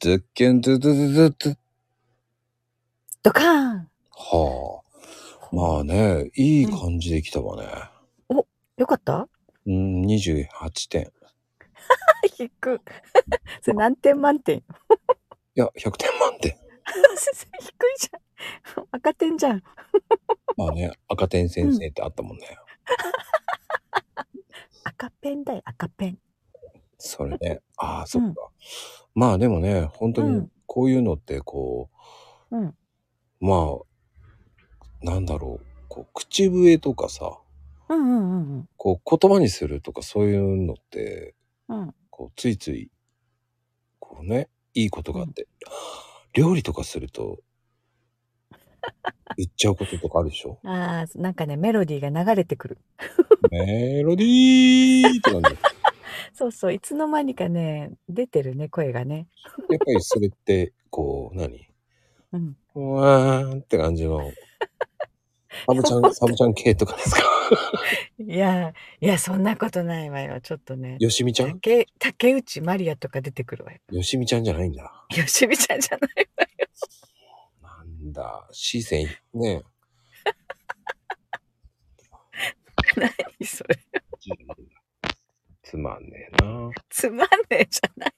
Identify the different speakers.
Speaker 1: ズッキュンズズズズズ
Speaker 2: ドカーン
Speaker 1: はあ。まあね、いい感じで来たわね。
Speaker 2: よかった
Speaker 1: うん、28点。
Speaker 2: 低く。 それ何点満点
Speaker 1: いや、100点満点。
Speaker 2: 先生低いじゃん。 赤点じゃん。
Speaker 1: まあ ね、赤点先生ってあったもんね。
Speaker 2: 赤ペンだよ、赤ペン。
Speaker 1: それね。ああ、そっか。まあでもね、本当
Speaker 2: う
Speaker 1: に
Speaker 2: ん
Speaker 1: こういうのってこ
Speaker 2: うん。
Speaker 1: う、まあ、なんだろう、こう口笛とかさ、
Speaker 2: うんうんうん
Speaker 1: こう言葉にするとかそういうのって、
Speaker 2: うん。うん。
Speaker 1: こうついつい、こうね、いいことがあって、料理とかすると、言っちゃうこととかあるでしょ
Speaker 2: ああ、なんかね、メロディーが流れてくる。
Speaker 1: メロディーって感じ。
Speaker 2: そうそう、いつの間にかね、出てるね、声がね。
Speaker 1: やっぱりそれって、こう、何
Speaker 2: うん。
Speaker 1: うわーんって感じの。サブちゃん、サブちゃん系とかですか
Speaker 2: いや、いや、そんなことないわよ。ちょっとね。
Speaker 1: よしみちゃん
Speaker 2: 竹竹内まりやとか出てく るわよ。
Speaker 1: よしみちゃんじゃないんだ。
Speaker 2: よしみちゃんじゃない。
Speaker 1: なんだ、シーセン、ね。
Speaker 2: 何それ。
Speaker 1: つまんねえな。
Speaker 2: つまんねえじゃない。